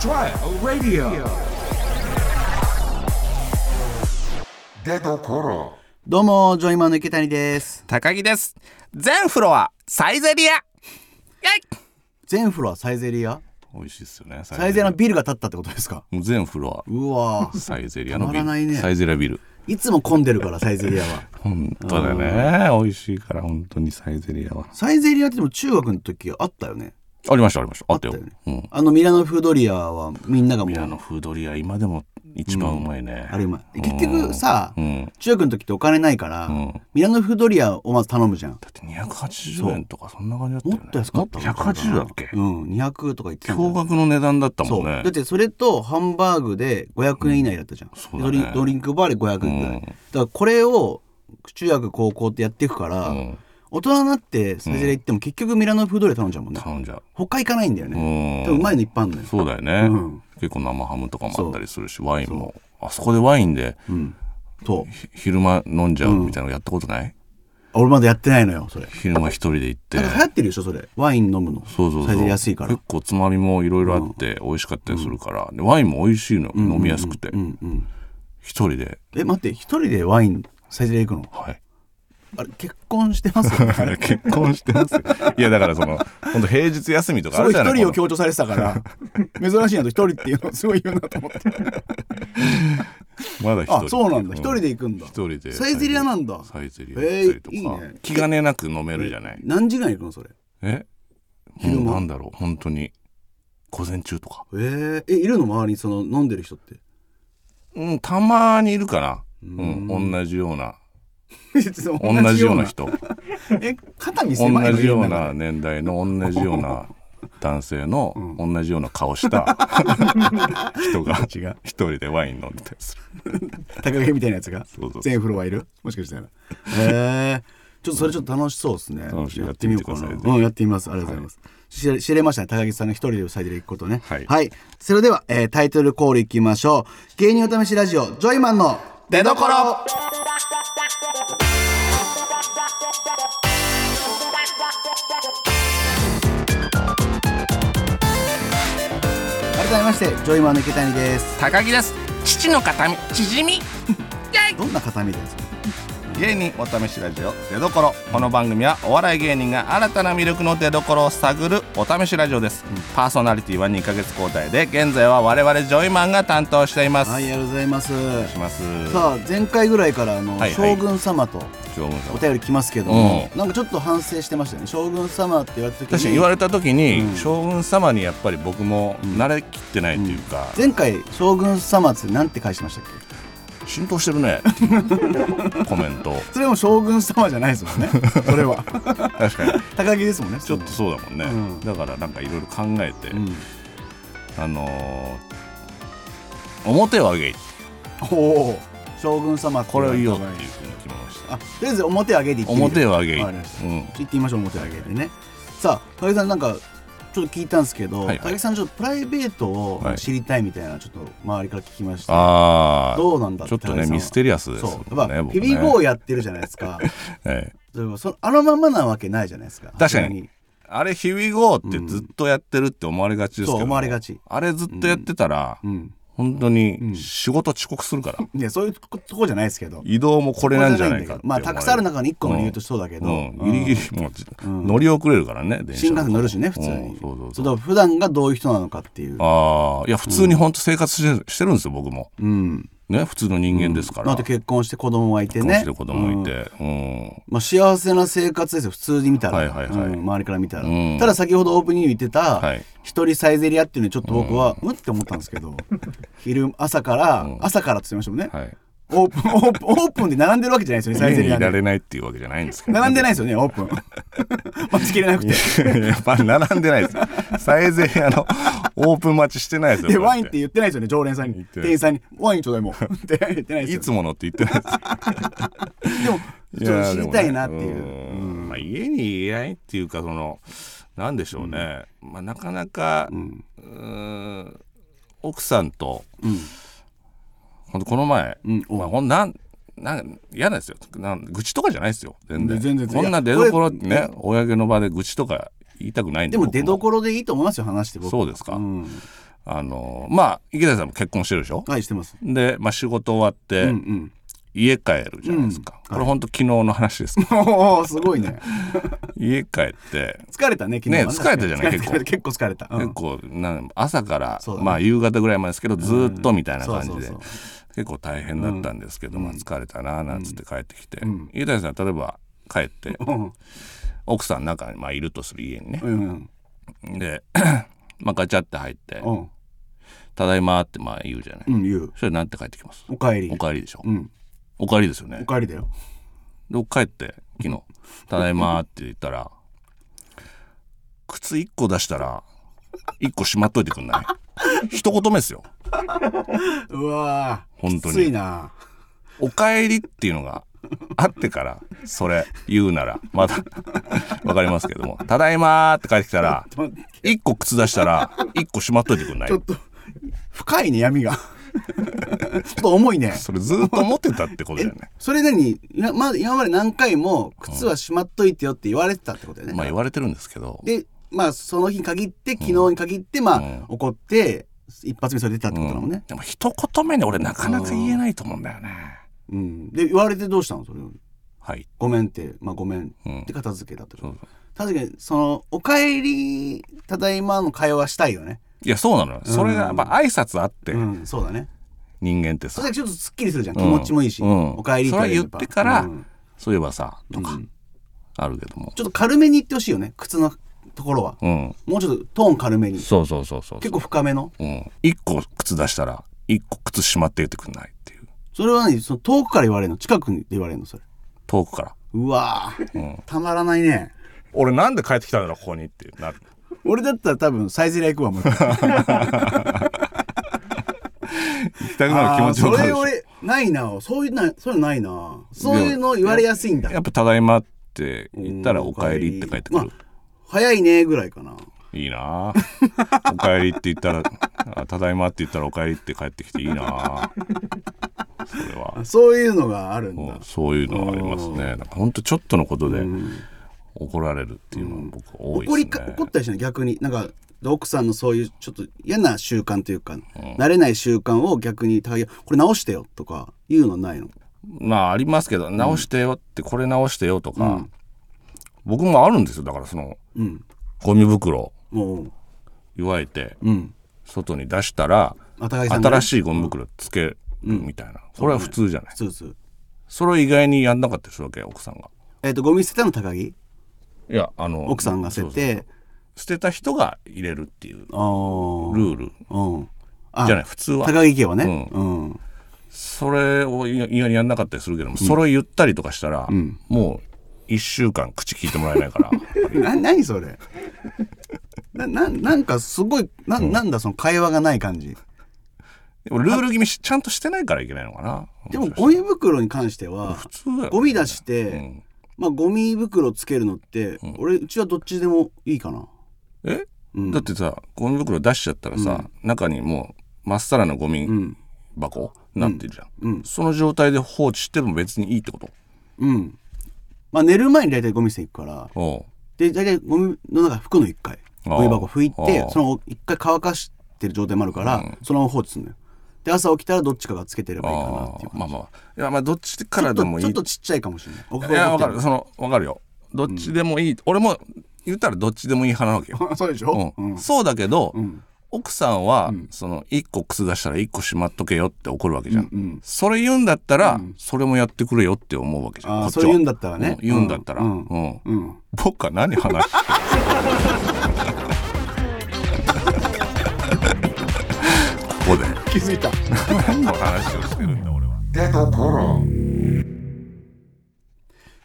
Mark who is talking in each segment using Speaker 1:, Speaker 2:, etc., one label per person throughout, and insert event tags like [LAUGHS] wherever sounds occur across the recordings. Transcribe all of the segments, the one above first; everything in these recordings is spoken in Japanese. Speaker 1: trial radio
Speaker 2: 出どころ
Speaker 3: どうもジョイマンの池谷です
Speaker 4: 高木です全フロアサイゼリアやい
Speaker 3: 全フロアサイゼリア
Speaker 4: 美味しいっすよね
Speaker 3: サイゼリアのビルが建ったってことですか
Speaker 4: もう全フロ
Speaker 3: うわ
Speaker 4: ア
Speaker 3: ー
Speaker 4: サイゼリアのビ
Speaker 3: たまらない
Speaker 4: ル、
Speaker 3: ね
Speaker 4: サイゼリアビル
Speaker 3: [LAUGHS] いつも混んでるからサイゼリアは
Speaker 4: 本当だね美味しいから本当にサイゼリアは
Speaker 3: サイゼリアってでも中学の時あったよね
Speaker 4: ありましたありましたあったよ
Speaker 3: あったよ
Speaker 4: うん
Speaker 3: あのミラノフードリアはみんながも
Speaker 4: ミラ
Speaker 3: う
Speaker 4: ノフードリア今でも一番うまいね、
Speaker 3: あれうまい結局さ
Speaker 4: うんだ
Speaker 3: 中学の時ってお金ないから
Speaker 4: ん
Speaker 3: ミラノフードリアをまず頼むじゃん
Speaker 4: って280円とかそんな感じだったよ
Speaker 3: も
Speaker 4: ね
Speaker 3: っと安かったの
Speaker 4: もと180だっけ
Speaker 3: うん200とか言ってたんだよ
Speaker 4: 驚愕の値段だったも
Speaker 3: そ
Speaker 4: ん
Speaker 3: う
Speaker 4: ね
Speaker 3: だってそれとハンバーグで500円以内だったじゃん、
Speaker 4: そう
Speaker 3: ド
Speaker 4: だね
Speaker 3: リンドリンクバーで500円ぐらい、
Speaker 4: うん
Speaker 3: だからこれを中学高校ってやっていくから、
Speaker 4: うん
Speaker 3: 大人になってそれで行っても結局ミラノフードリア頼んじゃうもんね、
Speaker 4: 頼んじゃう
Speaker 3: 他行かないんだよね、
Speaker 4: うん
Speaker 3: 多分うまいのいっぱいあるのよ
Speaker 4: そうだよね、
Speaker 3: うん
Speaker 4: 結構生ハムとかもあったりするしワインもあそこでワインで
Speaker 3: そう
Speaker 4: ひ昼間飲んじゃうみたいなのやったことない、
Speaker 3: 俺まだやってないのよそれ
Speaker 4: 昼間一人で行って
Speaker 3: なんか流行ってるでしょそれワイン飲むの
Speaker 4: そうそう
Speaker 3: サイ
Speaker 4: そ
Speaker 3: ゼリ
Speaker 4: う
Speaker 3: ヤ安いから
Speaker 4: 結構つまみもいろいろあって美味しかったりするから、でワインも美味しいのよ、飲みやすくて一、人で
Speaker 3: え待って一人でワインサイゼリヤ行くの
Speaker 4: はい
Speaker 3: [LAUGHS] あれ結婚して
Speaker 4: [LAUGHS]
Speaker 3: ますよね
Speaker 4: 結婚してますよ [LAUGHS] いやだからその本当平日休みとか
Speaker 3: す
Speaker 4: あ
Speaker 3: ご
Speaker 4: る
Speaker 3: い
Speaker 4: じゃ
Speaker 3: 一
Speaker 4: な
Speaker 3: 人
Speaker 4: い
Speaker 3: を
Speaker 4: この
Speaker 3: 強調されてたから
Speaker 4: [LAUGHS]
Speaker 3: 珍しいなと一人っていうのすごい言うなと思って
Speaker 4: まだ一人
Speaker 3: あそうなんだ
Speaker 4: う
Speaker 3: 一人で行くんだ
Speaker 4: 一人で
Speaker 3: サイゼリアなんだ
Speaker 4: サイゼリア
Speaker 3: え
Speaker 4: 行ったりと
Speaker 3: ー、いい
Speaker 4: か、
Speaker 3: ね
Speaker 4: 気兼ねなく飲めるじゃない
Speaker 3: 何時ぐらいに行くのそれ
Speaker 4: え
Speaker 3: 昼
Speaker 4: もう
Speaker 3: 間
Speaker 4: なんだろう本当に午前中とか
Speaker 3: えー、えいるの周りにその飲んでる人って
Speaker 4: うんたまにいるかなうん同じような [LAUGHS] 同じような人
Speaker 3: [LAUGHS] え肩見せまい
Speaker 4: 同じよう
Speaker 3: みん
Speaker 4: な年代の同じような男性の同じような顔した人が一人でワイン飲んでたりする
Speaker 3: [LAUGHS] 高木みたいなやつが
Speaker 4: そうそう
Speaker 3: 全フロアいるもしかしたらえー、ちょっとそれちょっと楽しそうですね
Speaker 4: 楽しい
Speaker 3: やってみようか
Speaker 4: やっ
Speaker 3: な
Speaker 4: てみてください
Speaker 3: うんやってみますありがとうございます、知れ知れましたね高木さんが一人でサイゼリア行くことね
Speaker 4: はい
Speaker 3: それでは、えータイトルコールいきましょう芸人お試しラジオジョイマンの出所改めましてジョイマンの池谷です
Speaker 4: 高木です父の形見縮み
Speaker 3: どんな形見ですか
Speaker 4: 芸人お試しラジオ出どころこの番組はお笑い芸人が新たな魅力の出どころを探るお試しラジオです、パーソナリティは2ヶ月交代で現在は我々ジョイマンが担当しています、
Speaker 3: はいあり
Speaker 4: お
Speaker 3: がとうございます
Speaker 4: 願いします
Speaker 3: さあ前回ぐらいからあの、
Speaker 4: はいはい
Speaker 3: 将軍様と
Speaker 4: ジョイマンさん
Speaker 3: お便り来ますけども、
Speaker 4: う
Speaker 3: なんかちょっと反省してましたよね将軍様って言われた時に
Speaker 4: 確かに言われた時に、
Speaker 3: うん
Speaker 4: 将軍様にやっぱり僕も慣れきってないっていうか、
Speaker 3: 前回将軍様ってなんて返してましたっけ
Speaker 4: 浸透してる [LAUGHS] ねっていうコメント
Speaker 3: それも将軍様じゃないです
Speaker 4: [LAUGHS]
Speaker 3: もんねそれは [LAUGHS]
Speaker 4: 確かに
Speaker 3: 高木ですもんね
Speaker 4: ちょっとそうだもんね、
Speaker 3: うん
Speaker 4: だからなんかいろいろ考えて、
Speaker 3: うん
Speaker 4: あのー表を上げい
Speaker 3: おお将軍様
Speaker 4: これを言おうってい
Speaker 3: あ
Speaker 4: うふうに決めました
Speaker 3: とりあえず表上げでいってみる
Speaker 4: 表を上げい、
Speaker 3: わかりました
Speaker 4: うん
Speaker 3: ちょっと行ってみましょう表上げでねさあ高木さんなんかちょっと聞いたんですけど、
Speaker 4: はいはい
Speaker 3: 高木さんちょっとプライベートを
Speaker 4: はい
Speaker 3: 知りたいみたいなちょっと周りから聞きました、
Speaker 4: あ
Speaker 3: どうなんだ
Speaker 4: あちょっと
Speaker 3: 高木
Speaker 4: ね
Speaker 3: さんは
Speaker 4: ミステリアスです
Speaker 3: そう
Speaker 4: もんね
Speaker 3: やっぱ、ヘビー
Speaker 4: 僕
Speaker 3: ゴー
Speaker 4: ね
Speaker 3: やってるじゃないです
Speaker 4: [LAUGHS]
Speaker 3: か
Speaker 4: ええ
Speaker 3: でもそのあのまんまなわけないじゃないですか
Speaker 4: 確かに
Speaker 3: 普通
Speaker 4: あれ、ヒビゴーってずっとやってるって思われがちですけども、
Speaker 3: そう思われがち
Speaker 4: あれずっとやってたら、
Speaker 3: ん
Speaker 4: 本当に仕事遅刻するから、
Speaker 3: いやそういうとこじゃないですけど
Speaker 4: 移動もこれなんじゃないかって思
Speaker 3: ま
Speaker 4: わ
Speaker 3: あ
Speaker 4: れ
Speaker 3: た
Speaker 4: る
Speaker 3: くさんある中の一個の理由としてそうだけど、
Speaker 4: うんうんギリギリもう、乗り遅れるからね電車
Speaker 3: 新幹線乗るしね普通に、
Speaker 4: うんそうそうそう
Speaker 3: だから普段がどういう人なのかっていう
Speaker 4: ああいや普通に本当生活して,、してるんですよ僕も、
Speaker 3: うん
Speaker 4: ね普通の人間ですから、
Speaker 3: だって結婚して子供がいて
Speaker 4: 婚し
Speaker 3: ね
Speaker 4: てる子供いて、うん
Speaker 3: まあ、幸せな生活ですよ普通に見たら、
Speaker 4: はいはいはい
Speaker 3: うん周りから見たら、
Speaker 4: うん
Speaker 3: ただ先ほどオープニングに言ってた、
Speaker 4: はい
Speaker 3: 一人サイゼリアっていうのにちょっと僕は、うん、って思ったんですけど昼朝から、朝からって言ってましたもんね、
Speaker 4: はい
Speaker 3: オープンオープンオープンで並んでるわけじゃないですよねサイ
Speaker 4: 家
Speaker 3: ゼ
Speaker 4: にい
Speaker 3: リア
Speaker 4: ら
Speaker 3: で
Speaker 4: れないっていうわけじゃないんですけど、
Speaker 3: 並んでないですよねオープン待ちきれなくて
Speaker 4: いやまあ並んでないですサイゼリヤのオープン待ちしてないですよ
Speaker 3: で
Speaker 4: こうや
Speaker 3: ワインって言ってないですよね常連さんに
Speaker 4: ってな
Speaker 3: 店
Speaker 4: い
Speaker 3: 員さんに「ワインちょうだ
Speaker 4: [LAUGHS]
Speaker 3: いもう」って言ってないですよ
Speaker 4: いつものって言ってないです
Speaker 3: でもちょっと知りたいなっていう
Speaker 4: やでもねうんまあ、家にいないっていうかそのなんでしょうね、まあ、なかなか、うーん奥さんと、ほんとこの前、まあ、ほんなんなん嫌なんですよなん愚痴とかじゃないですよ全然
Speaker 3: 全然
Speaker 4: こんない
Speaker 3: や
Speaker 4: 出所ってね公の場で愚痴とか言いたくないん
Speaker 3: でも出
Speaker 4: 僕
Speaker 3: 所でいいと思いますよ話して僕
Speaker 4: そうですか
Speaker 3: うん
Speaker 4: あのまあ池谷さんも結婚してるでしょ
Speaker 3: はいしてます
Speaker 4: で、まあ、仕事終わっ
Speaker 3: う
Speaker 4: て
Speaker 3: ん
Speaker 4: 家帰るじゃないですか、これ本当昨日の話ですけど
Speaker 3: うんおおすごいね
Speaker 4: 家帰って
Speaker 3: 疲れたね昨日は
Speaker 4: ね疲れたじゃない
Speaker 3: 疲れ [LAUGHS] 結構疲れたうん
Speaker 4: 結構なん朝から、
Speaker 3: そうだね
Speaker 4: まあ夕方ぐらいまでですけどずーっとみたいな感じで、
Speaker 3: そうそうそう
Speaker 4: 結構大変だったんですけど、まあ疲れたなーなんつって帰ってきて、家谷さん例えば帰って
Speaker 3: うん
Speaker 4: 奥さんの中にまあいるとする家にね、
Speaker 3: うんうん
Speaker 4: で [COUGHS] まあガチャって入って
Speaker 3: うん
Speaker 4: 「ただいま」ってまあ言うじゃない、
Speaker 3: うん言う
Speaker 4: それなんて帰ってきます
Speaker 3: おかえり
Speaker 4: おかえりでしょ、
Speaker 3: うん
Speaker 4: おかえりですよね
Speaker 3: おかえりだよ
Speaker 4: で僕帰って昨日「ただいま」って言ったら「靴1個出したら1個しまっといてくんない?」一言目ですよ
Speaker 3: うわー
Speaker 4: 本当に
Speaker 3: きついな
Speaker 4: 「おかえり」っていうのがあってからそれ言うならまだわかりますけども「ただいま」って帰ってきたら
Speaker 3: ちょっと待って
Speaker 4: 1個靴出したら1個しまっといてくんない
Speaker 3: ちょっと深いね闇が [LAUGHS] ちょっと重いね
Speaker 4: それずっと思ってたってことだよね
Speaker 3: それなになまあ今まで何回も靴はしまっといてよって言われてたってことだよね、
Speaker 4: まあ言われてるんですけど
Speaker 3: でまあその日に限って昨日に限ってまあ、
Speaker 4: うん
Speaker 3: 怒って一発目それ出たってことだもんね、
Speaker 4: でも一言目に俺なかなか言えないと思うんだよね
Speaker 3: うんで言われてどうしたのそれ
Speaker 4: はい
Speaker 3: ごめんってまあごめん
Speaker 4: うん
Speaker 3: って片付けたってこと、
Speaker 4: そうそう
Speaker 3: 確かにその「おかえりただいま」の会話はしたいよね
Speaker 4: いやそうなのよそれがやっぱ挨拶あって
Speaker 3: うんそうだね
Speaker 4: 人間って
Speaker 3: そ
Speaker 4: さ
Speaker 3: れちょっとすっきりするじゃん、
Speaker 4: うん
Speaker 3: 気持ちもいいし「
Speaker 4: うん
Speaker 3: おかえり」
Speaker 4: それは言ってから
Speaker 3: うん
Speaker 4: そういえばさとか
Speaker 3: うん
Speaker 4: あるけども
Speaker 3: ちょっと軽めに言ってほしいよね靴のところは
Speaker 4: うん
Speaker 3: もうちょっとトーン軽めに
Speaker 4: そうそうそうそう
Speaker 3: 結構深めの
Speaker 4: うん一個靴出したら一個靴しまって言ってくんないっていう
Speaker 3: それは何その遠くから言われるの近くで言われるのそれ
Speaker 4: 遠くから
Speaker 3: うわー、
Speaker 4: うん
Speaker 3: たまらないね
Speaker 4: 俺なんで帰ってきたんだろうここにってなる
Speaker 3: 俺だったら多分サイゼリヤ行くわ
Speaker 4: [LAUGHS]
Speaker 3: もう
Speaker 4: 行きたくなる気
Speaker 3: あ
Speaker 4: 持
Speaker 3: ー
Speaker 4: ち
Speaker 3: そ
Speaker 4: わか
Speaker 3: れ
Speaker 4: るでしょ
Speaker 3: 俺ないなそういうなそういうのないなそういうの言われやすいんだ
Speaker 4: やっぱ「ただいま」って言ったら「おかえり」って帰ってく
Speaker 3: ま
Speaker 4: る
Speaker 3: あ早いねぐらいかない
Speaker 4: いなあおかえりって言ったらあ「ただいま」って言ったら「おかえり」って帰ってきていいなあそれは
Speaker 3: あそういうのがあるんだ
Speaker 4: うんそういうのはありますねなんかほんとちょっとのことで怒られるっていうのは僕多い
Speaker 3: 怒り
Speaker 4: です
Speaker 3: か
Speaker 4: ね
Speaker 3: 怒ったりしない逆になんかで奥さんのそういうちょっと嫌な習慣というか、慣れない習慣を逆に対応これ直してよとか言うのないの
Speaker 4: まあありますけど「直してよ」って「これ直してよ」とか、僕もあるんですよだからその
Speaker 3: うん
Speaker 4: ゴミ袋
Speaker 3: もう
Speaker 4: 言われて
Speaker 3: うん
Speaker 4: 外に出したら
Speaker 3: あたがいさんがね
Speaker 4: 新しいゴミ袋つけるみたいな、これは普通じゃない
Speaker 3: そうそう
Speaker 4: それを意外にやんなかったりするわけ奥さんが。
Speaker 3: えっ、とゴミ捨てたの高木
Speaker 4: いやあの
Speaker 3: 奥さんが捨てて
Speaker 4: 捨てた人が入れるっていうル
Speaker 3: あー
Speaker 4: ール
Speaker 3: うんあ
Speaker 4: じゃない普通は
Speaker 3: 高木家はねうん、
Speaker 4: それをいやいややんなかったりするけども、それを言ったりとかしたら、もう1週間口聞いてもらえないから
Speaker 3: [LAUGHS] な何それ [LAUGHS] なななんかすごいな,、ん、なんだその会話がない感じ
Speaker 4: でもルール決めしちゃんとしてないからいけないのかな
Speaker 3: でも
Speaker 4: しかし
Speaker 3: ゴミ袋に関しては
Speaker 4: 普通だよ
Speaker 3: ゴミ出して、
Speaker 4: うん
Speaker 3: まあゴミ袋つけるのって、俺うちはどっちでもいいかな
Speaker 4: え、
Speaker 3: うん
Speaker 4: だってさゴミ袋出しちゃったらさ、中にもうまっさらなゴミ
Speaker 3: うん
Speaker 4: 箱になってるじゃん、
Speaker 3: うん
Speaker 4: その状態で放置しても別にいいってこと
Speaker 3: うんまあ寝る前に大体ゴミ捨て行くから
Speaker 4: おう
Speaker 3: で大体ゴミの中服の一回
Speaker 4: あー
Speaker 3: ゴミ箱拭い
Speaker 4: あ
Speaker 3: て
Speaker 4: ー
Speaker 3: その一回乾かしてる状態もあるから、そのまま放置するのよで朝起きたらどっちかがつけてればいいかなっていう
Speaker 4: あーまあまあまあいやまあどっちから
Speaker 3: ち
Speaker 4: で
Speaker 3: ょっと
Speaker 4: もい
Speaker 3: ちょっ
Speaker 4: い
Speaker 3: とちっちゃいかもしれない
Speaker 4: いやわかる
Speaker 3: 怒
Speaker 4: そのわかるよどっちでもいい、俺も言ったらどっちでもいい派なわけよ、
Speaker 3: ってる [LAUGHS] そうでし
Speaker 4: うん
Speaker 3: ょ、うん
Speaker 4: そうだけど、奥さんは、その1個靴出したら1個しまっとけよって怒るわけじゃん、それ言うんだったら、それもやってくれよって思うわけじゃん
Speaker 3: あ
Speaker 4: こ
Speaker 3: あ
Speaker 4: っち
Speaker 3: そ
Speaker 4: は
Speaker 3: れ言うんだったらね
Speaker 4: う言うんだったら、
Speaker 3: う
Speaker 4: うんん
Speaker 3: うんうん
Speaker 4: 僕は何話してるここで
Speaker 3: 気づいた
Speaker 4: 何の話をしてるんだ俺は
Speaker 2: 出どころ
Speaker 3: [LAUGHS]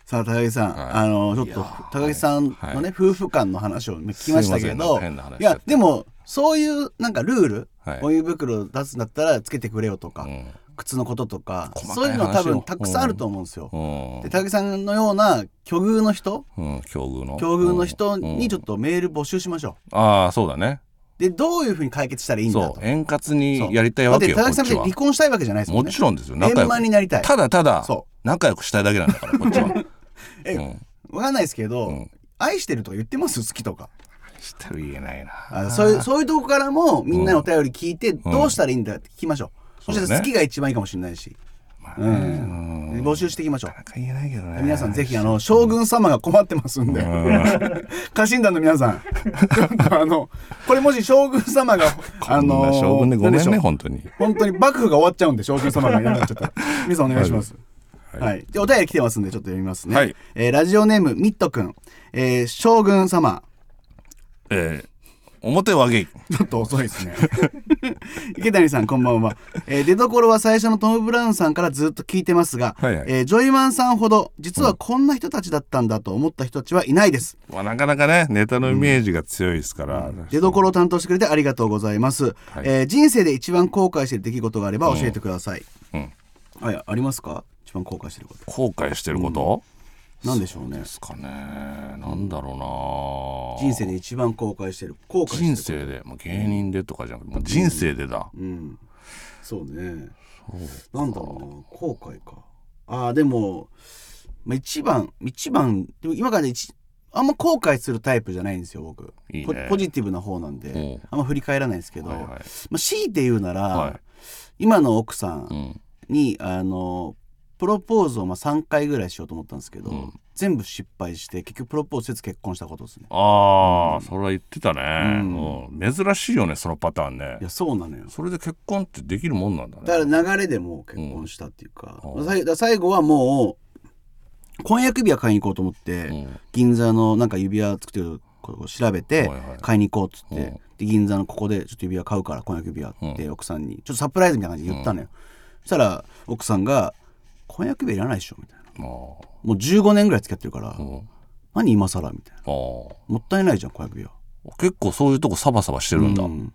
Speaker 3: さあ高木さん、あのちょっと高木さんのね、
Speaker 4: は
Speaker 3: 夫婦間の話を聞きましたけど
Speaker 4: すいませんなんか変な話しちゃっ
Speaker 3: や
Speaker 4: て
Speaker 3: でもそういうなんかルール、
Speaker 4: はい
Speaker 3: ゴミ袋出すんだったらつけてくれよとか、
Speaker 4: ん
Speaker 3: 靴のこととか
Speaker 4: 細かい
Speaker 3: そういうのは多
Speaker 4: 話
Speaker 3: 分
Speaker 4: を
Speaker 3: たくさんあると思うんですよ。
Speaker 4: うん
Speaker 3: で高木さんのような境遇の人
Speaker 4: うん境遇の
Speaker 3: 境遇の人
Speaker 4: うん
Speaker 3: にちょっとメール募集しましょ
Speaker 4: ああそうだね
Speaker 3: う。でどういうふうに解決したらいいんだと
Speaker 4: そう。円滑
Speaker 3: そう
Speaker 4: にやりたいわけよ
Speaker 3: だ
Speaker 4: こ
Speaker 3: って高木
Speaker 4: っ
Speaker 3: さんっ
Speaker 4: ち
Speaker 3: て
Speaker 4: は
Speaker 3: 離婚したいわけじゃないですもん
Speaker 4: も
Speaker 3: ね。
Speaker 4: ちろんですよ
Speaker 3: 円
Speaker 4: 仲良
Speaker 3: 満に
Speaker 4: く
Speaker 3: なりたい。
Speaker 4: ただただ
Speaker 3: そ
Speaker 4: 仲良くしたいだけなんだからこっちは
Speaker 3: [LAUGHS] え
Speaker 4: うん
Speaker 3: わかんないですけど、
Speaker 4: ん
Speaker 3: 愛してるとか言ってます好きとか。
Speaker 4: したら言えないな
Speaker 3: あそういうそういうとこからもみんなのお便り聞いてどうしたらいいんだって聞きましょう、そし
Speaker 4: そう
Speaker 3: て
Speaker 4: ね
Speaker 3: 好きが一番いいかもしれないし、
Speaker 4: まあ
Speaker 3: う
Speaker 4: ね
Speaker 3: ん募集していきましょう
Speaker 4: なんか言えないけどね
Speaker 3: 皆さんぜひあの将軍様が困ってますんで [LAUGHS] 家臣団の皆さん [LAUGHS] ちょっとあのこれもし将軍様
Speaker 4: [LAUGHS]
Speaker 3: があ
Speaker 4: あの
Speaker 3: の
Speaker 4: 将軍でごめ
Speaker 3: 何
Speaker 4: ん
Speaker 3: し
Speaker 4: ね
Speaker 3: ょう
Speaker 4: 本当に
Speaker 3: 本当に幕府が終わっちゃうんで将軍様がいなくなっちゃったら皆さんお願いしますはい、でお便り来てますんでちょっと読みますね、
Speaker 4: はい
Speaker 3: えーラジオネームミットくん、えー将軍様
Speaker 4: えー表はゲイ
Speaker 3: ちょっと遅いですね [LAUGHS] 池谷さんこんばんは、えー出どころは最初のトム・ブラウンさんからずっと聞いてますが、
Speaker 4: はいはい
Speaker 3: えージョイマンさんほど実はこんな人たちだったんだと思った人たちはいないです、
Speaker 4: まあなかなかねネタのイメージが強いですから、
Speaker 3: 出どころを担当してくれてありがとうございます、
Speaker 4: はい
Speaker 3: えー人生で一番後悔している出来事があれば教えてください、
Speaker 4: うん
Speaker 3: あいやありますか一番後悔してること
Speaker 4: 後悔してること、
Speaker 3: なんでしょうね
Speaker 4: ですかねなんだろうな
Speaker 3: 人生で一番後悔してる後悔してる
Speaker 4: 人生で、まあ、芸人でとかじゃなくて、もう人生でだ、
Speaker 3: うんそうねなんだろうな後悔かああでも、まあ、一番一番でも今からで一あんま後悔するタイプじゃないんですよ僕
Speaker 4: いいね
Speaker 3: ポポジティブな方なんで、
Speaker 4: うん
Speaker 3: あんま振り返らないですけど、
Speaker 4: はいはい
Speaker 3: まあ、強いて言うなら、
Speaker 4: は
Speaker 3: 今の奥さ
Speaker 4: いうんん
Speaker 3: に、あのプロポーズをまあ3回ぐらいしようと思ったんですけど、
Speaker 4: うん
Speaker 3: 全部失敗して結局プロポーズせず結婚したことですね
Speaker 4: ああ、それは言ってたね、
Speaker 3: ん
Speaker 4: うん珍しいよねそのパターンね
Speaker 3: いやそうなのよ
Speaker 4: それで結婚ってできるもんなんだね
Speaker 3: だから流れでもう結婚したっていうか,、
Speaker 4: うん
Speaker 3: さいだから最後はもう婚約指輪買いに行こうと思って、
Speaker 4: うん
Speaker 3: 銀座のなんか指輪作ってることを調べて
Speaker 4: はいはい
Speaker 3: 買いに行こうっつって、
Speaker 4: うん
Speaker 3: で銀座のここでちょっと指輪買うから婚約指輪って奥さんにちょっとサプライズみたいな感じで言ったのよ、そしたら奥さんが「婚約指輪いらないでしょ」みたいな
Speaker 4: も
Speaker 3: もう15年ぐらい付き合ってるから、
Speaker 4: う、うん、
Speaker 3: 何今更みたいな
Speaker 4: あー
Speaker 3: もったいないじゃん婚約指輪
Speaker 4: 結構そういうとこサバサバしてるんだ、
Speaker 3: うん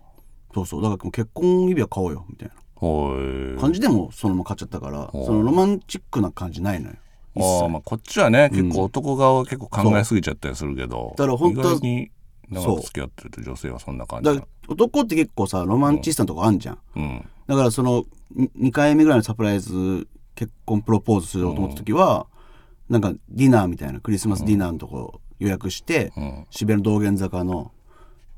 Speaker 3: そうそうだからもう結婚指輪買おうよみたいな
Speaker 4: ほい
Speaker 3: 感じでもそのまま買っちゃったから、
Speaker 4: うん
Speaker 3: そのロマンチックな感じないのよ一
Speaker 4: あ
Speaker 3: 切
Speaker 4: あまあこっちはね結構男側は結構考えすぎちゃったりするけど、
Speaker 3: だから本当
Speaker 4: 意外に長く付き合ってると女性はそんな感じ
Speaker 3: だ
Speaker 4: だ
Speaker 3: から男って結構さロマンチストなとこあんじゃん、
Speaker 4: うん
Speaker 3: だからその2回目ぐらいのサプライズ結婚プロポーズすると思った時は、なんかディナーみたいなクリスマスディナーのとこ予約して、
Speaker 4: うん
Speaker 3: 渋谷の道玄坂の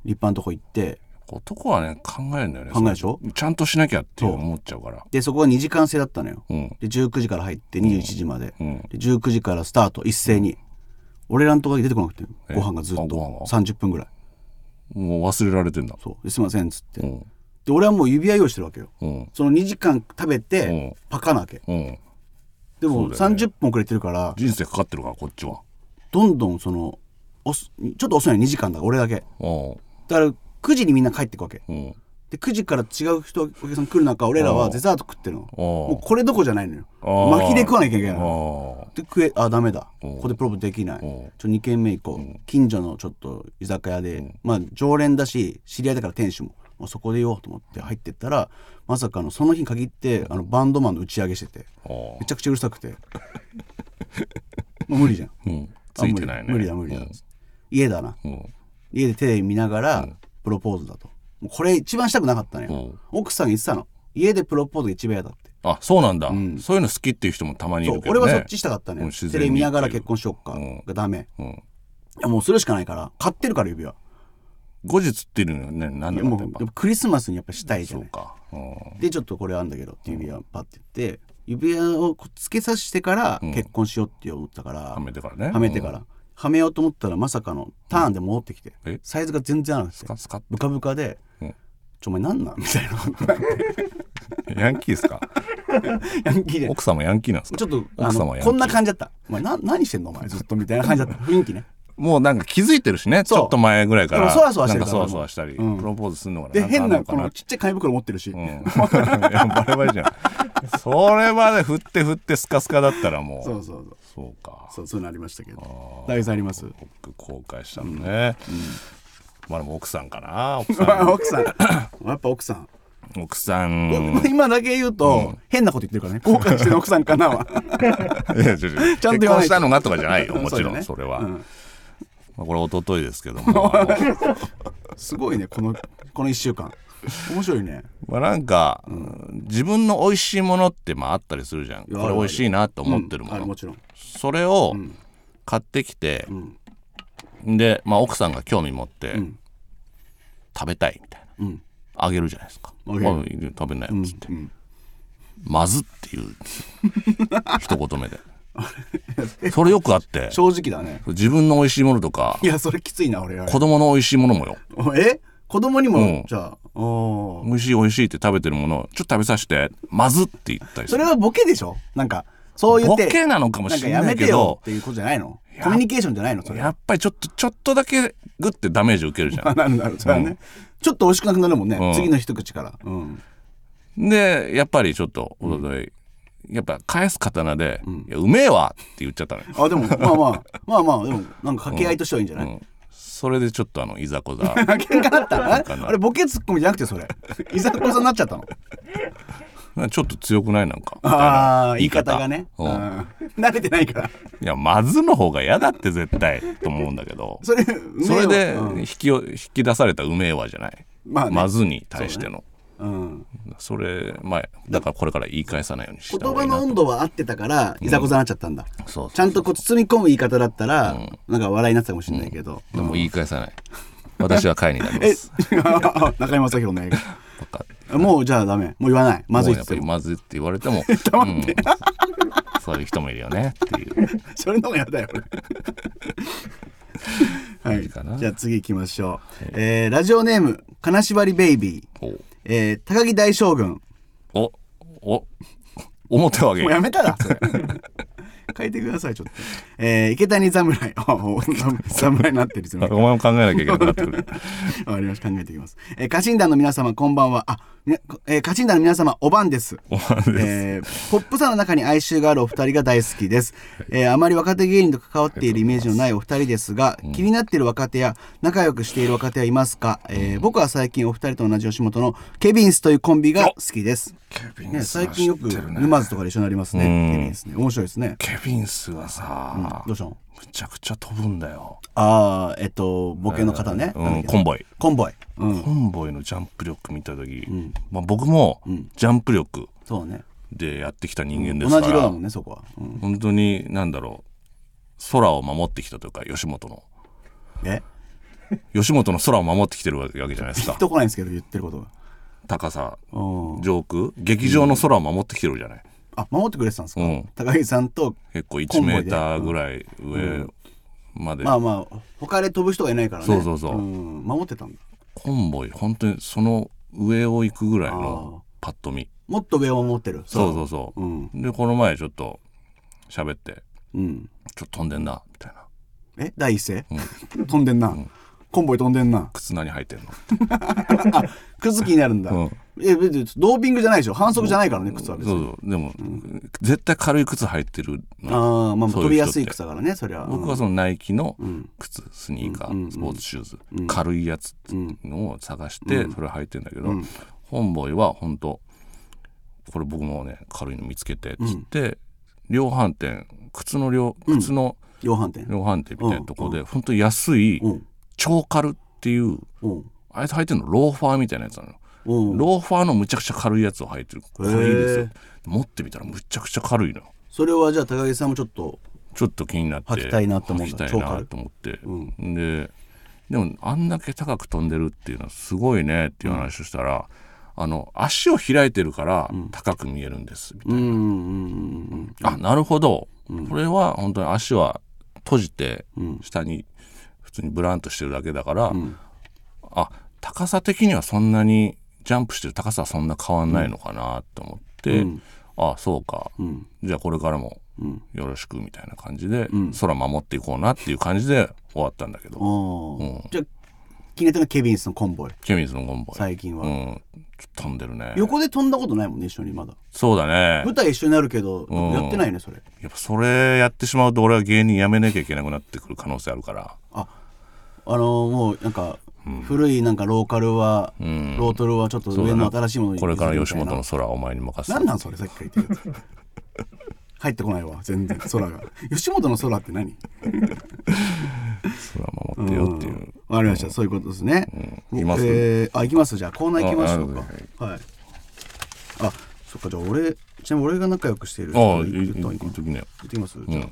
Speaker 3: 立派なとこ行って
Speaker 4: 男はね考えるんだよね
Speaker 3: 考えるでしょ
Speaker 4: そのちゃんとしなきゃって思っちゃうから
Speaker 3: でそこが2時間制だったのよ、
Speaker 4: うん
Speaker 3: で19時から入って21時まで,、
Speaker 4: うん
Speaker 3: で19時からスタート一斉に、俺らのとこに出てこなくて
Speaker 4: え
Speaker 3: ご飯がずっと
Speaker 4: あご飯は
Speaker 3: 30分ぐらい
Speaker 4: もう忘れられてんだ
Speaker 3: そうですいませんっつって、
Speaker 4: うん
Speaker 3: で俺はもう指輪用意してるわけよ
Speaker 4: うん
Speaker 3: その2時間食べて、
Speaker 4: うん
Speaker 3: パカなわけ
Speaker 4: うん
Speaker 3: で
Speaker 4: そう
Speaker 3: も
Speaker 4: だよね
Speaker 3: 30分遅れてるから、
Speaker 4: 人生かかってるからこっちは
Speaker 3: どんどんそのおすちょっと遅いの2時間だから俺だけ
Speaker 4: うん
Speaker 3: だから9時にみんな帰ってくわけ
Speaker 4: うん
Speaker 3: で9時から違う人お客さん来る中俺らはデザート食ってるの
Speaker 4: あー
Speaker 3: もうこれどこじゃないのよ
Speaker 4: あー
Speaker 3: 巻きで食わなきゃいけない
Speaker 4: あ
Speaker 3: ので
Speaker 4: ー
Speaker 3: 食えあダメだ
Speaker 4: うん
Speaker 3: ここでプロブできないち
Speaker 4: うん
Speaker 3: ょ2軒目行こう、近所のちょっと居酒屋で、まあ常連だし知り合いだから店主ももうそこで言おうと思って入ってったらまさかのその日に限ってあのバンドマンの打ち上げしてて
Speaker 4: あー
Speaker 3: めちゃくちゃうるさくてもう [LAUGHS] 無理じゃん
Speaker 4: うんついてないね
Speaker 3: あ無理だ無理だ無理だ、家だな
Speaker 4: うんうん
Speaker 3: 家でテレビ見ながらプロポーズだともうこれ一番したくなかったのよ、奥さんが言ってたの家でプロポーズが一番嫌だって
Speaker 4: あそうなんだ、
Speaker 3: ん
Speaker 4: そういうの好きっていう人もたまにい
Speaker 3: そう
Speaker 4: るけど、
Speaker 3: 俺
Speaker 4: ね、
Speaker 3: はそっちしたかったの
Speaker 4: う
Speaker 3: よ
Speaker 4: ん自然に
Speaker 3: テレビ見ながら結婚しよっか、
Speaker 4: うん
Speaker 3: がダメ
Speaker 4: うん
Speaker 3: いやもうするしかないから買ってるから指輪
Speaker 4: 後日っていうのはねなん
Speaker 3: い
Speaker 4: だ
Speaker 3: や
Speaker 4: か
Speaker 3: も
Speaker 4: っ
Speaker 3: う
Speaker 4: たやっ
Speaker 3: やっぱクリスマスにやっぱしたいじゃない
Speaker 4: ぱか、うん
Speaker 3: でちょっとこれあんだけどって指輪パッて言って指輪をこうつけさせてから結婚しようって思ったから、
Speaker 4: はめてからね
Speaker 3: はめてから、はめようと思ったらまさかのターンで戻ってきて、
Speaker 4: え
Speaker 3: サイズが全然合わなくて
Speaker 4: スカスカ
Speaker 3: ブカブカで「
Speaker 4: うん
Speaker 3: ちょお前なんなん?」みたいな
Speaker 4: ヤンキーで
Speaker 3: [LAUGHS]
Speaker 4: すか
Speaker 3: ヤンキーで
Speaker 4: 奥様ヤンキーなんですか
Speaker 3: ちょっとあ
Speaker 4: 奥様
Speaker 3: の
Speaker 4: はヤンキー
Speaker 3: こんな感じだった「お前な何してんのお前ずっと」みたいな感じだ
Speaker 4: [LAUGHS]
Speaker 3: った雰囲気ね
Speaker 4: もうなんか気づいてるしねち
Speaker 3: そう
Speaker 4: ょっと前ぐらいから
Speaker 3: でもそわそわしてる
Speaker 4: なん
Speaker 3: か
Speaker 4: からそわそわしたり、
Speaker 3: うん
Speaker 4: プロポーズするのが
Speaker 3: で
Speaker 4: んかあ
Speaker 3: 変
Speaker 4: んの
Speaker 3: なこのちっちゃい紙袋持ってるし、
Speaker 4: うん、い [LAUGHS] やバレバレじゃんそれまで振って振ってスカスカだったらもう
Speaker 3: そうそうそう
Speaker 4: そうか
Speaker 3: そうそういうのありましたけど大さんあります
Speaker 4: 僕後悔したのね、まあでも奥さんかな奥さ
Speaker 3: [LAUGHS]
Speaker 4: ん
Speaker 3: 奥さんやっぱ奥さん、
Speaker 4: 奥さん
Speaker 3: 今だけ言うと、変なこと言ってるからね後悔してる奥さんかな [LAUGHS] は
Speaker 4: いや違う違う
Speaker 3: [LAUGHS] ちゃんと言わない
Speaker 4: 結
Speaker 3: と
Speaker 4: 婚したのがとかじゃないよも
Speaker 3: そ
Speaker 4: ち
Speaker 3: う
Speaker 4: ろ
Speaker 3: だ
Speaker 4: ん
Speaker 3: ね
Speaker 4: それ [LAUGHS] は、
Speaker 3: うん
Speaker 4: まあ、これ一昨日ですけど
Speaker 3: [LAUGHS]
Speaker 4: もあの
Speaker 3: すごいねこのこの1週間面白いね
Speaker 4: まあなんか、自分の美味しいものってまああったりするじゃん
Speaker 3: や
Speaker 4: これ美味しいなと思ってるも
Speaker 3: うんあ
Speaker 4: の、
Speaker 3: もちろん
Speaker 4: それを買ってきて、で、まあ、奥さんが興味持って、
Speaker 3: ん
Speaker 4: 食べたいみたいな、
Speaker 3: うん
Speaker 4: あげるじゃないですか「
Speaker 3: あげる
Speaker 4: あいいよ食べなよ」っつって、
Speaker 3: うん
Speaker 4: まず」って
Speaker 3: [LAUGHS]
Speaker 4: 言うんですよ一言目で
Speaker 3: [LAUGHS]
Speaker 4: それよくあって
Speaker 3: 正直だね
Speaker 4: 自分の美味しいものとか
Speaker 3: いやそれきついな俺は
Speaker 4: 子供の美味しいものもよ
Speaker 3: え子供にも、
Speaker 4: うん
Speaker 3: じゃあおー
Speaker 4: 美味しい美味しいって食べてるものをちょっと食べさせてまずって言ったりす
Speaker 3: そ
Speaker 4: る
Speaker 3: れはボケでしょなんかそう言って
Speaker 4: ボケなのかも
Speaker 3: なん
Speaker 4: し
Speaker 3: か
Speaker 4: れ
Speaker 3: や
Speaker 4: な
Speaker 3: め
Speaker 4: いけ
Speaker 3: てよ
Speaker 4: ど
Speaker 3: っていうことじゃないのコミュニケーションじゃないのそれ
Speaker 4: やっぱりちょっとちょっとだけグッてダメージ受けるじゃん
Speaker 3: あなるなるそれはね、
Speaker 4: うん
Speaker 3: ちょっと美味しくなくなるもんね、
Speaker 4: うん
Speaker 3: 次の一口から、うん、
Speaker 4: でやっぱりちょっとおととい、やっぱ返す刀で「いやうめえわ!」って言っちゃったのよ、
Speaker 3: あでもまあ [LAUGHS] まあまあまあでもなんか掛け合いとしてはいいんじゃない、
Speaker 4: うんそれでちょっとあのいざこざ
Speaker 3: [LAUGHS] 喧嘩だったのあれ
Speaker 4: 喧嘩になる
Speaker 3: あれボケツッコミじゃなくてそれいざこざになっちゃったの
Speaker 4: なんかちょっと強くないなんかみたいな
Speaker 3: ああー言い方がね、
Speaker 4: うん
Speaker 3: うん慣れてないから
Speaker 4: いやまずの方が嫌だって絶対と思うんだ
Speaker 3: [LAUGHS]
Speaker 4: けど
Speaker 3: それ
Speaker 4: それで
Speaker 3: うん
Speaker 4: 引きを引き出された「うめえわ」じゃない、
Speaker 3: まあね
Speaker 4: まずに対しての
Speaker 3: うん
Speaker 4: そ,、れまあだからこれから言い返さないようにした
Speaker 3: 言
Speaker 4: 方が
Speaker 3: 葉
Speaker 4: いいな
Speaker 3: の温度は合ってたからいざこざになっちゃったんだ、
Speaker 4: そうそう
Speaker 3: ちゃんとこう包み込む言い方だったら、なんか笑いになってたかもしれないけど、
Speaker 4: でも言い返さない私は会になりま
Speaker 3: [LAUGHS] え
Speaker 4: す
Speaker 3: [LAUGHS] 中山雅宏の映
Speaker 4: バカ
Speaker 3: 画もうじゃあダメもう言わないまずいっ
Speaker 4: もうや
Speaker 3: つ
Speaker 4: っぱ
Speaker 3: って
Speaker 4: り
Speaker 3: も
Speaker 4: まずいって言われて
Speaker 3: [LAUGHS]
Speaker 4: もうんそういう人もいるよねっていう
Speaker 3: それの方がやだよ俺はい
Speaker 4: いかな
Speaker 3: じゃあ次行きましょう、えーラジオネーム「金縛りベイビー」えー高木大将軍
Speaker 4: おお表を上
Speaker 3: もう
Speaker 4: げ
Speaker 3: やめたら [LAUGHS] それ変えてくださいちょっと、えー池谷侍 [LAUGHS] あもう侍になってるすみません
Speaker 4: お前も考えなきゃいけなくなってくる
Speaker 3: [LAUGHS] わかりました。考えていきます。えー、家臣団の皆様、こんばんは。あ、みなえー、家臣団の皆様、おばんです。
Speaker 4: お前です、
Speaker 3: えーポップさの中に哀愁があるお二人が大好きです、えーあまり若手芸人と関わっているイメージのないお二人ですが、気になっている若手や仲良くしている若手はいますか、えー僕は最近お二人と同じ吉本のケビンスというコンビが好きです、
Speaker 4: ケビ
Speaker 3: ね、
Speaker 4: ンスは
Speaker 3: 最
Speaker 4: 知
Speaker 3: 近よく
Speaker 4: ってるね
Speaker 3: 沼津とかで一緒になりますね、
Speaker 4: うん
Speaker 3: ケビンスね面白いですね
Speaker 4: ケビンスはさ、
Speaker 3: どうしたの
Speaker 4: むちゃくちゃ飛ぶんだよ、
Speaker 3: ああえっとボケの方ね、
Speaker 4: うん
Speaker 3: なんだっけ
Speaker 4: コンボイ
Speaker 3: コンボイ、うん、
Speaker 4: コンボイのジャンプ力見た時、まあ、僕もジャンプ力
Speaker 3: そうね
Speaker 4: でやってきた人間です
Speaker 3: 同
Speaker 4: から、
Speaker 3: じ色だもんねそこは、うん、
Speaker 4: 本当に何だろう空を守ってきたというか吉本の
Speaker 3: え
Speaker 4: 吉本の空を守ってきてるわけじゃないです
Speaker 3: ピ [LAUGHS]
Speaker 4: か
Speaker 3: ンとこないんですけど言ってることが
Speaker 4: 高さ
Speaker 3: うん
Speaker 4: 上空劇場の空を守ってきてるじゃない、
Speaker 3: あ守ってくれてたんですか、
Speaker 4: うん
Speaker 3: 高木さんと
Speaker 4: 結構
Speaker 3: コ
Speaker 4: 1
Speaker 3: ンボ
Speaker 4: メ
Speaker 3: イ
Speaker 4: ー
Speaker 3: で
Speaker 4: ターぐらい上まで、
Speaker 3: まあまあ他で飛ぶ人がいないからね
Speaker 4: そうそうそうん
Speaker 3: 守ってたんだ
Speaker 4: コンボイ本当にその上を行くぐらいのパッと見
Speaker 3: もっと上を守ってる
Speaker 4: そうそうそう、
Speaker 3: うん
Speaker 4: でこの前ちょっと喋って
Speaker 3: うん
Speaker 4: ちょっと飛んでんなみたいな
Speaker 3: え第一声、飛んでんな、コンボイ飛んでんな
Speaker 4: 靴何履いてんの
Speaker 3: あくずきになるんだ、
Speaker 4: うん
Speaker 3: え別にドーピングじゃないでしょ反則じゃないからね靴は別
Speaker 4: そ
Speaker 3: に
Speaker 4: うそうでも、絶対軽い靴履いてるのよ
Speaker 3: ああまあ
Speaker 4: そう
Speaker 3: 飛び
Speaker 4: いう人って
Speaker 3: やすい草からねそりゃ
Speaker 4: 僕はそのナイキの靴スニーカー、スポーツシューズ、軽いやつっていうのを探して、それ履いてんだけど、本ボイは本当これ僕もね軽いの見つけてっつって、量販店靴の量靴の
Speaker 3: 量販店
Speaker 4: 量販店みたいなとこで、本当安い、
Speaker 3: うん
Speaker 4: 超軽っていう
Speaker 3: うん
Speaker 4: あいつ履いてるのローファーみたいなやつなのよ。
Speaker 3: うん
Speaker 4: ローファーのむちゃくちゃ軽いやつを履いてるこれいいです
Speaker 3: へ
Speaker 4: よ持ってみたらむちゃくちゃ軽いのよ
Speaker 3: それはじゃあ高木さんもちょっと
Speaker 4: ちょっと気になって
Speaker 3: 履きたいなと思うん
Speaker 4: 履き
Speaker 3: だ
Speaker 4: たいな
Speaker 3: 超軽い
Speaker 4: と思って、ででもあんだけ高く飛んでるっていうのはすごいねっていう話をしたら、あの足を開いてるから高く見えるんですみたい
Speaker 3: う
Speaker 4: な
Speaker 3: んうんうんうん
Speaker 4: あなるほど、これは本当に足は閉じて下に普通にブランとしてるだけだから、あ高さ的にはそんなにジャンプしてる高さはそんな変わんないのかなと思って、あそうか、じゃあこれからもよろしくみたいな感じで、空守っていこうなっていう感じで終わったんだけど、
Speaker 3: おーじゃあ気になったのはケビンスのコンボイ
Speaker 4: ケミズのゴンボイ、
Speaker 3: 最近は、
Speaker 4: うん、ちょっと飛んでるね
Speaker 3: 横で飛んだことないもんね一緒にまだ
Speaker 4: そうだね
Speaker 3: 舞台一緒になるけど
Speaker 4: ん
Speaker 3: やってないねそれ
Speaker 4: やっぱそれやってしまうと俺は芸人辞めなきゃいけなくなってくる可能性あるから。
Speaker 3: あのーもうなんか古いなんかローカルは、ロートルはちょっと上の新しいものに
Speaker 4: これから吉
Speaker 3: みた
Speaker 4: 本
Speaker 3: いな
Speaker 4: の空はお前に任せ
Speaker 3: 何 [LAUGHS] なんそれさっきから言ってるやつ入ってこないわ全然空が吉本の空って何
Speaker 4: 空は守ってよっていう、
Speaker 3: わかりました、そういうことですね。
Speaker 4: うんいます
Speaker 3: えーあ、行きます。じゃあ、コーナー行きましょう
Speaker 4: ああ
Speaker 3: か。はい。あ、そっか、じゃあ、俺、ちなみに俺が仲良くしている人
Speaker 4: ああい
Speaker 3: 言
Speaker 4: い
Speaker 3: った方がいいか
Speaker 4: 言っ
Speaker 3: な
Speaker 4: ときなよ
Speaker 3: 言ってきます、じゃあ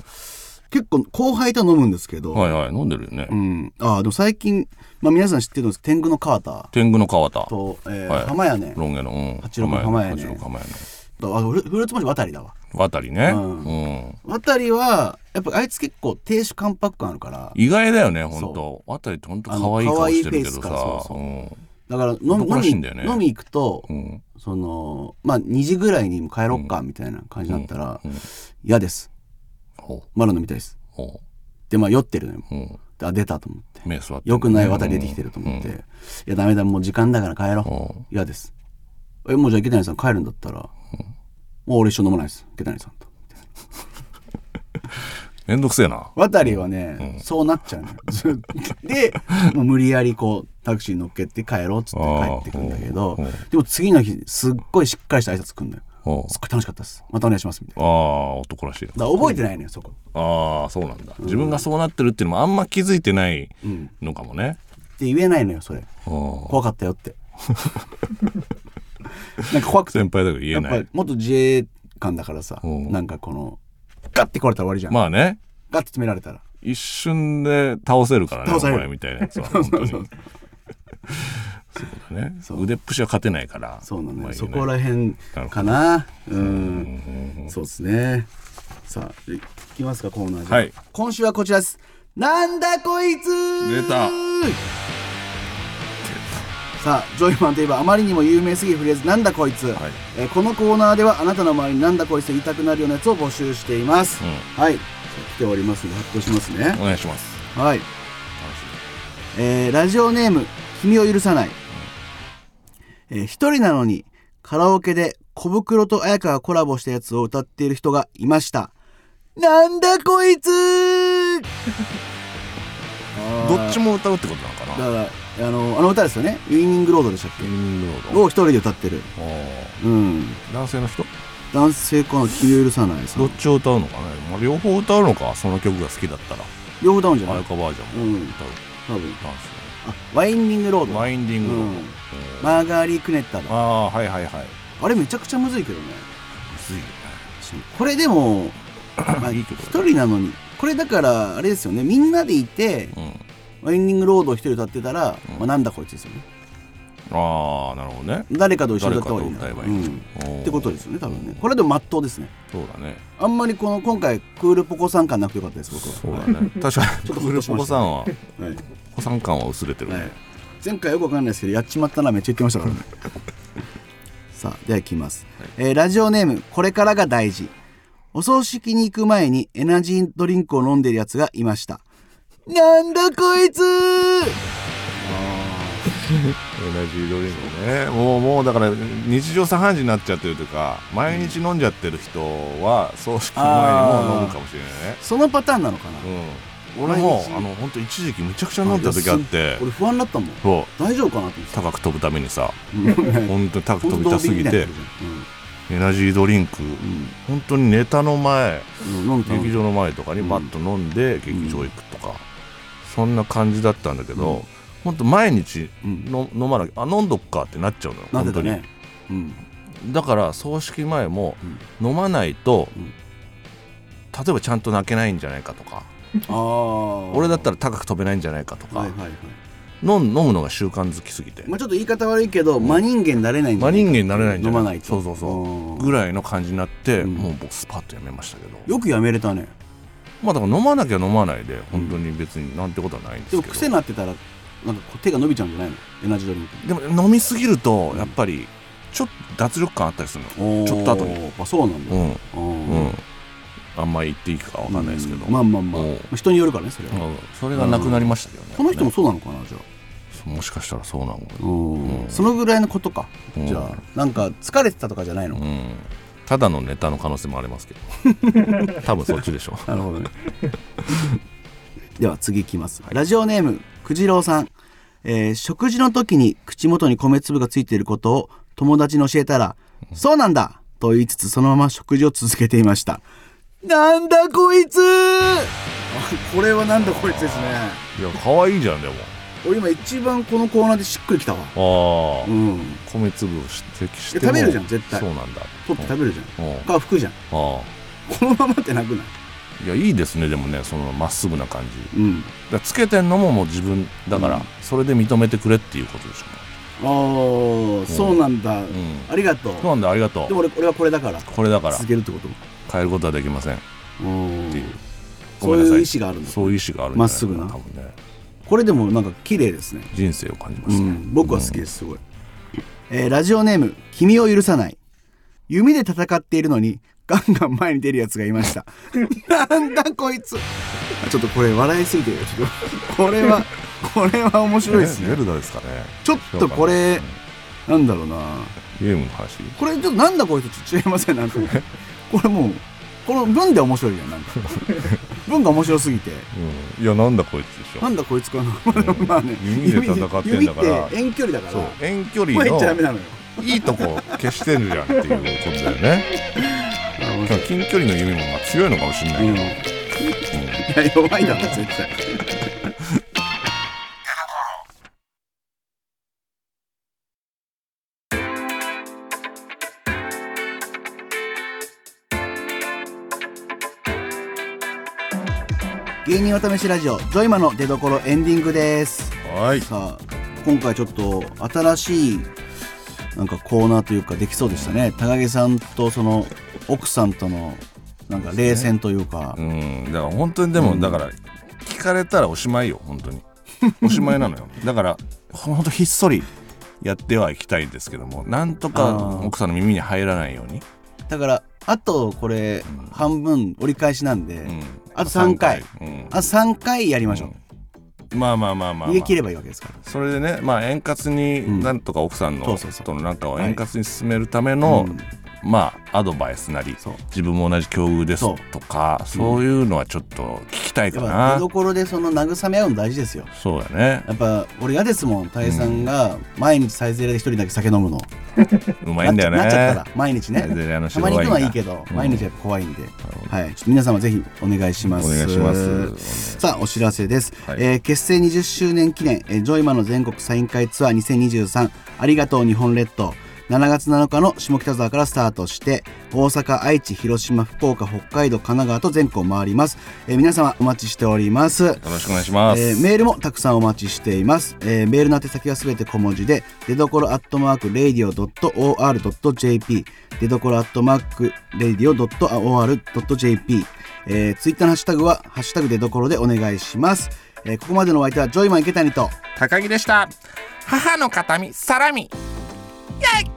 Speaker 3: 結構後輩と飲むんですけど、
Speaker 4: はいはい飲んでるよね、
Speaker 3: うん、ああでも最近、まあ、皆さん知ってるんですけど天狗のカーター
Speaker 4: 天狗の川田
Speaker 3: と、えー
Speaker 4: はい
Speaker 3: 浜屋ね
Speaker 4: ロン毛の、うん、
Speaker 3: 八郎釜屋ね
Speaker 4: 八郎釜屋の
Speaker 3: とあフルフルーツポンチ渡りだわ
Speaker 4: 渡りね、
Speaker 3: うん
Speaker 4: うん、
Speaker 3: 渡りはやっぱあいつ結構亭主関白感あるから
Speaker 4: 意外だよね本当渡りって本当可愛い顔してるけど
Speaker 3: あの可愛いフェイ
Speaker 4: さ
Speaker 3: スかそうそう
Speaker 4: うん
Speaker 3: だから飲み
Speaker 4: 男らしいんだよね
Speaker 3: 飲み行くと、
Speaker 4: うん
Speaker 3: そのまあ2時ぐらいにも帰ろっかみたいな感じになったら
Speaker 4: うん
Speaker 3: 嫌、です
Speaker 4: ほう
Speaker 3: まだ飲みたいです
Speaker 4: ほ
Speaker 3: でまあ酔ってるのよ
Speaker 4: ううん
Speaker 3: あ出たと思って
Speaker 4: 目座って
Speaker 3: よくない渡り出てきてると思って、いやダメだもう時間だから帰ろう
Speaker 4: ほう
Speaker 3: 嫌ですえもうじゃあ池谷さん帰るんだったら、もう俺一緒飲まないです池谷さんと
Speaker 4: めんどくせえな
Speaker 3: 渡りはね、そうなっちゃうのよずっとでもう無理やりこうタクシーに乗っけて帰ろうっつって帰ってくんだけど
Speaker 4: あーうん
Speaker 3: でも次の日すっごいしっかりした挨拶くんだよ
Speaker 4: ほ
Speaker 3: すっごい楽しかったですまたお願いしますみたいう
Speaker 4: ああ男らしい
Speaker 3: なだから覚えてないのよそこ
Speaker 4: ああそうなんだ自分がそうなってるっていうのもあんま気づいてないのかもね、
Speaker 3: って言えないのよそれ
Speaker 4: うん
Speaker 3: 怖かったよって
Speaker 4: [LAUGHS]
Speaker 3: なんか怖くて
Speaker 4: 先輩だから言
Speaker 3: や
Speaker 4: え
Speaker 3: っぱ
Speaker 4: な
Speaker 3: り
Speaker 4: い
Speaker 3: もっと自衛官だからさ
Speaker 4: うん
Speaker 3: なんかこのガッて来られたら終わりじゃん、
Speaker 4: まあね
Speaker 3: ガッて詰められたら
Speaker 4: 一瞬で倒せるからね
Speaker 3: 倒される
Speaker 4: お前みたいな
Speaker 3: [LAUGHS]
Speaker 4: やつは本当にそうだね腕っぷしは勝てないから
Speaker 3: そうなの
Speaker 4: ま
Speaker 3: よ
Speaker 4: あいい
Speaker 3: そこら辺かなうんそうですねさあいきますかコーナーで、
Speaker 4: はい
Speaker 3: 今週はこちらですなんだこいつ
Speaker 4: 出た
Speaker 3: さあジョイマンといえばあまりにも有名すぎるフレーズ「なんだこいつ」
Speaker 4: はい
Speaker 3: えーこのコーナーではあなたの周りになんだこいつと言いたくなるようなやつを募集しています、
Speaker 4: う
Speaker 3: はい来ておりますので発表しますね
Speaker 4: お願いします
Speaker 3: はい、えーラジオネーム「君を許さない」えー一人なのにカラオケで小袋と綾香がコラボしたやつを歌っている人がいましたなんだこいつ
Speaker 4: どっちも歌うってことなのかな
Speaker 3: だからあのあの歌ですよね「ウイニングロード」でしたっ
Speaker 4: ウィニングロー
Speaker 3: け
Speaker 4: ド
Speaker 3: を一人で歌ってる
Speaker 4: おー
Speaker 3: うん
Speaker 4: 男性の人
Speaker 3: 男性かな君を許さないさ
Speaker 4: どっちを歌うのかね、まあ、両方歌うのかその曲が好きだったら
Speaker 3: 両方ダウンじゃな
Speaker 4: 綾
Speaker 3: い
Speaker 4: 香バージョ
Speaker 3: う
Speaker 4: ンも
Speaker 3: ん
Speaker 4: 歌う
Speaker 3: 多分
Speaker 4: ダン
Speaker 3: あワインディングロー
Speaker 4: ス
Speaker 3: ド
Speaker 4: ワインディングロード
Speaker 3: うんマーガーリー・クネッタだ
Speaker 4: ああはいはいはい
Speaker 3: あれめちゃくちゃむずいけどね
Speaker 4: 薄いよね
Speaker 3: これで
Speaker 4: [CLEARS THROAT]
Speaker 3: もまあ
Speaker 4: いい
Speaker 3: 一
Speaker 4: とこ
Speaker 3: 人なのにこれだからあれですよねみんなでいて
Speaker 4: うん
Speaker 3: ワインディングロードを一人歌ってたら、まあ、なんだこいつですよね
Speaker 4: ああなるほどね
Speaker 3: 誰かと一緒に
Speaker 4: 誰
Speaker 3: 歌
Speaker 4: か
Speaker 3: った方
Speaker 4: と
Speaker 3: がいい
Speaker 4: 歌えばいい、
Speaker 3: うん
Speaker 4: おー
Speaker 3: ってことですよね多分ねこれでも真っ当ですね
Speaker 4: そうだね
Speaker 3: あんまりこの今回クールポコさん感なくてよかったです僕は
Speaker 4: そうだね確かに
Speaker 3: ちょっと
Speaker 4: ク
Speaker 3: ほ
Speaker 4: ー
Speaker 3: っ
Speaker 4: ル
Speaker 3: とし
Speaker 4: ポ
Speaker 3: ま
Speaker 4: コ
Speaker 3: した
Speaker 4: さんは
Speaker 3: はい
Speaker 4: ポコさん感は薄れてるね、
Speaker 3: はい、前回よくわかんないですけどやっちまったなめっちゃ言ってました
Speaker 4: [LAUGHS]
Speaker 3: からねさあではいきます、えーラジオネームこれからが大事お葬式に行く前にエナジードリンクを飲んでるやつがいましたなんだこいつ
Speaker 4: エナジードリンクねもうもうだから日常茶飯事になっちゃってるというか毎日飲んじゃってる人は葬式の前にも飲むかもしれないね
Speaker 3: そのパターンなのかな、
Speaker 4: うん俺も
Speaker 3: 毎日
Speaker 4: あの本当一時期めちゃくちゃ飲んでた時あって
Speaker 3: 俺不安になったもん
Speaker 4: そう
Speaker 3: 大丈夫かなと思って
Speaker 4: 高く飛ぶためにさ
Speaker 3: た
Speaker 4: 本当に高く飛
Speaker 3: 本
Speaker 4: び
Speaker 3: 当
Speaker 4: た
Speaker 3: に
Speaker 4: す
Speaker 3: ドリンク
Speaker 4: ぎ
Speaker 3: みたい
Speaker 4: て
Speaker 3: なやつじ
Speaker 4: エナジードリンク本当にネタの前
Speaker 3: ゃんうんうん飲むと
Speaker 4: 劇場の前とかにバッと飲んで劇場行くとか、そんな感じだったんだけど、ほんと毎日の、飲まなきゃあ飲んどっかってなっちゃうのよ
Speaker 3: なんで
Speaker 4: 本当
Speaker 3: だ
Speaker 4: に
Speaker 3: ねうん
Speaker 4: だから葬式前も飲まないと、
Speaker 3: うん
Speaker 4: 例えばちゃんと泣けないんじゃないかとか
Speaker 3: ああ
Speaker 4: 俺だったら高く飛べないんじゃないかとか、
Speaker 3: はいはいはい
Speaker 4: 飲ん飲むのが習慣づきすぎて
Speaker 3: まあちょっと言い方悪いけど真人間になれないんじゃ
Speaker 4: 真
Speaker 3: ない
Speaker 4: 人間になれないんじゃない
Speaker 3: 飲まないと
Speaker 4: そうそうそううんぐらいの感じになって、
Speaker 3: ん
Speaker 4: もう僕スパッとやめましたけど
Speaker 3: よくやめれたね
Speaker 4: まあだから飲まなきゃ飲まないで本当に別になんてことはないんです
Speaker 3: で
Speaker 4: けど
Speaker 3: も癖になってたらなんかこう手が伸びちゃうんじゃないのエナジードリンク
Speaker 4: でも飲みすぎるとやっぱりちょっと脱力感あったりするのちょっと後に
Speaker 3: にあそうなん
Speaker 4: う
Speaker 3: だ
Speaker 4: ん
Speaker 3: うん
Speaker 4: うんあんまり言っていいかわかんないですけど、
Speaker 3: まあまあまあ
Speaker 4: お
Speaker 3: ま
Speaker 4: う
Speaker 3: あ人によるからねそれは
Speaker 4: うんそれがなくなりましたけどね、
Speaker 3: この人もそうなのかなじゃ
Speaker 4: もしかしたらそうなのか
Speaker 3: あうんそのぐらいのことか
Speaker 4: うん
Speaker 3: じゃあなんか疲れてたとかじゃないの
Speaker 4: なうんただのネタの可能性もありますけ
Speaker 3: [LAUGHS]
Speaker 4: ど多分そっちでしょ
Speaker 3: なるほどね [LAUGHS] では次いきます、ラジオネームくじろうさん、えー食事の時に口元に米粒がついていることを友達に教えたら「そうなんだ!」と言いつつそのまま食事を続けていましたなんだこいつ [LAUGHS] これはなんだこいつですね
Speaker 4: いや可愛いじゃんでも
Speaker 3: 俺今一番このコーナーでしっくりきたわ
Speaker 4: ああ、
Speaker 3: うん
Speaker 4: 米粒を指摘して
Speaker 3: いや食べるじゃん絶対
Speaker 4: そうなんだ
Speaker 3: 取って食べるじゃん
Speaker 4: うんあ
Speaker 3: か服じゃん
Speaker 4: あ
Speaker 3: このままってなくない
Speaker 4: いやいいですねでもねそのまっすぐな感じ
Speaker 3: うん
Speaker 4: だからつけてんのももう自分だから、
Speaker 3: うん
Speaker 4: それで認めてくれっていうことでしょ
Speaker 3: ああそうなんだ、
Speaker 4: うね
Speaker 3: ありがとう
Speaker 4: うんそうなんだありがと
Speaker 3: でも
Speaker 4: う
Speaker 3: 俺俺はこれだから
Speaker 4: これだから
Speaker 3: 続けるってこと
Speaker 4: 変えることはできません
Speaker 3: うん
Speaker 4: っていう
Speaker 3: そういう意思があるんだ
Speaker 4: そういう意思があるんじゃないかな
Speaker 3: まっすぐな
Speaker 4: 多分ね
Speaker 3: これでもなんか綺麗ですね、
Speaker 4: 人生を感じま
Speaker 3: う
Speaker 4: すね、
Speaker 3: ん、僕は好きですすごい、えーラジオネーム「君を許さない」弓で戦っているのにガンガン前に出るやつがいましたなんだこいつあちょっとこれ笑いすぎてるちょっとこれはこれは面白いですね
Speaker 4: ルダですかね
Speaker 3: ちょっとこれなんだろうな
Speaker 4: ゲームの話
Speaker 3: これちょっとなんだこいつちょっと違いませんなんかこれもうこの文で面白いやんなんか文が面白すぎて
Speaker 4: うんいやなんだこいつでしょ
Speaker 3: なんだこいつかな [LAUGHS] まあね
Speaker 4: 弓で戦ってんだから
Speaker 3: 弓って遠距離だか
Speaker 4: そ
Speaker 3: ら
Speaker 4: う遠距離
Speaker 3: これ言っちゃダメ
Speaker 4: の
Speaker 3: なのよ
Speaker 4: いいとこ消してるじゃんっていうことだよね
Speaker 3: 面白い
Speaker 4: 近距離の弓もまあ強いのかもしれないけ
Speaker 3: うん
Speaker 4: ど、
Speaker 3: いや弱いだろ絶対芸人お試しラジオジョイマの出所エンディングです
Speaker 4: はい
Speaker 3: さあ今回ちょっと新しいなんかコーナーというかできそうでしたね高木さんとその奥さんとのなんか冷戦というか
Speaker 4: うんだから本当にでも、だから聞かれたらおしまいよ本当におしまい
Speaker 3: [LAUGHS]
Speaker 4: なのよだから本当ひっそりやってはいきたいですけどもなんと
Speaker 3: あ
Speaker 4: か
Speaker 3: ー
Speaker 4: 奥さんの耳に入らないように、
Speaker 3: だからあとこれ半分折り返しなんで、
Speaker 4: うん、
Speaker 3: あと3回
Speaker 4: 三回うん
Speaker 3: あ3回やりましょう、
Speaker 4: うんまあまあまあまあ、まあ、
Speaker 3: 逃げ切ればいいわけですから
Speaker 4: それでね、まあ、円滑
Speaker 3: ん
Speaker 4: になんとか奥さんの
Speaker 3: そうそうそう
Speaker 4: との仲を円滑に進めるための、
Speaker 3: うん
Speaker 4: まあアドバイスなり
Speaker 3: そう
Speaker 4: 自分も同じ境遇で
Speaker 3: そう
Speaker 4: すとかそういうのはちょっと聞きたいか
Speaker 3: やっぱ
Speaker 4: な
Speaker 3: 出どころでその慰め合うの大事ですよ
Speaker 4: そうだね
Speaker 3: やっぱ俺嫌ですもん大さんが毎日サイゼリヤで一人だけ酒飲むの、
Speaker 4: うまいんだよね
Speaker 3: なっちゃったら毎日ね
Speaker 4: サイゼリヤの
Speaker 3: た
Speaker 4: 白
Speaker 3: ま
Speaker 4: ワイ
Speaker 3: に
Speaker 4: ン
Speaker 3: 行くのは
Speaker 4: が
Speaker 3: いいけど、
Speaker 4: うん
Speaker 3: 毎日やっぱ怖いんで、はい、ちょっと皆様ぜひお願いします
Speaker 4: お願いします
Speaker 3: さあお知らせです、
Speaker 4: はい
Speaker 3: えー結成20周年記念、えージョイマの全国サイン会ツアー2023ありがとう日本列島7月7日の下北沢からスタートして大阪愛知広島福岡北海道神奈川と全国を回ります、えー皆様お待ちしております
Speaker 4: よろしくお願いします、
Speaker 3: えーメールもたくさんお待ちしています、えーメールの宛先はすべて小文字で出どころアットマーク radio.or.jp 出どころアットマーク radio.or.jp えー、ツイッターのハッシュタグは「ハッシュタグでどころ」でお願いします、えーここまでのお相手はジョイマン池谷と
Speaker 4: 高木でした母の形見サラミやい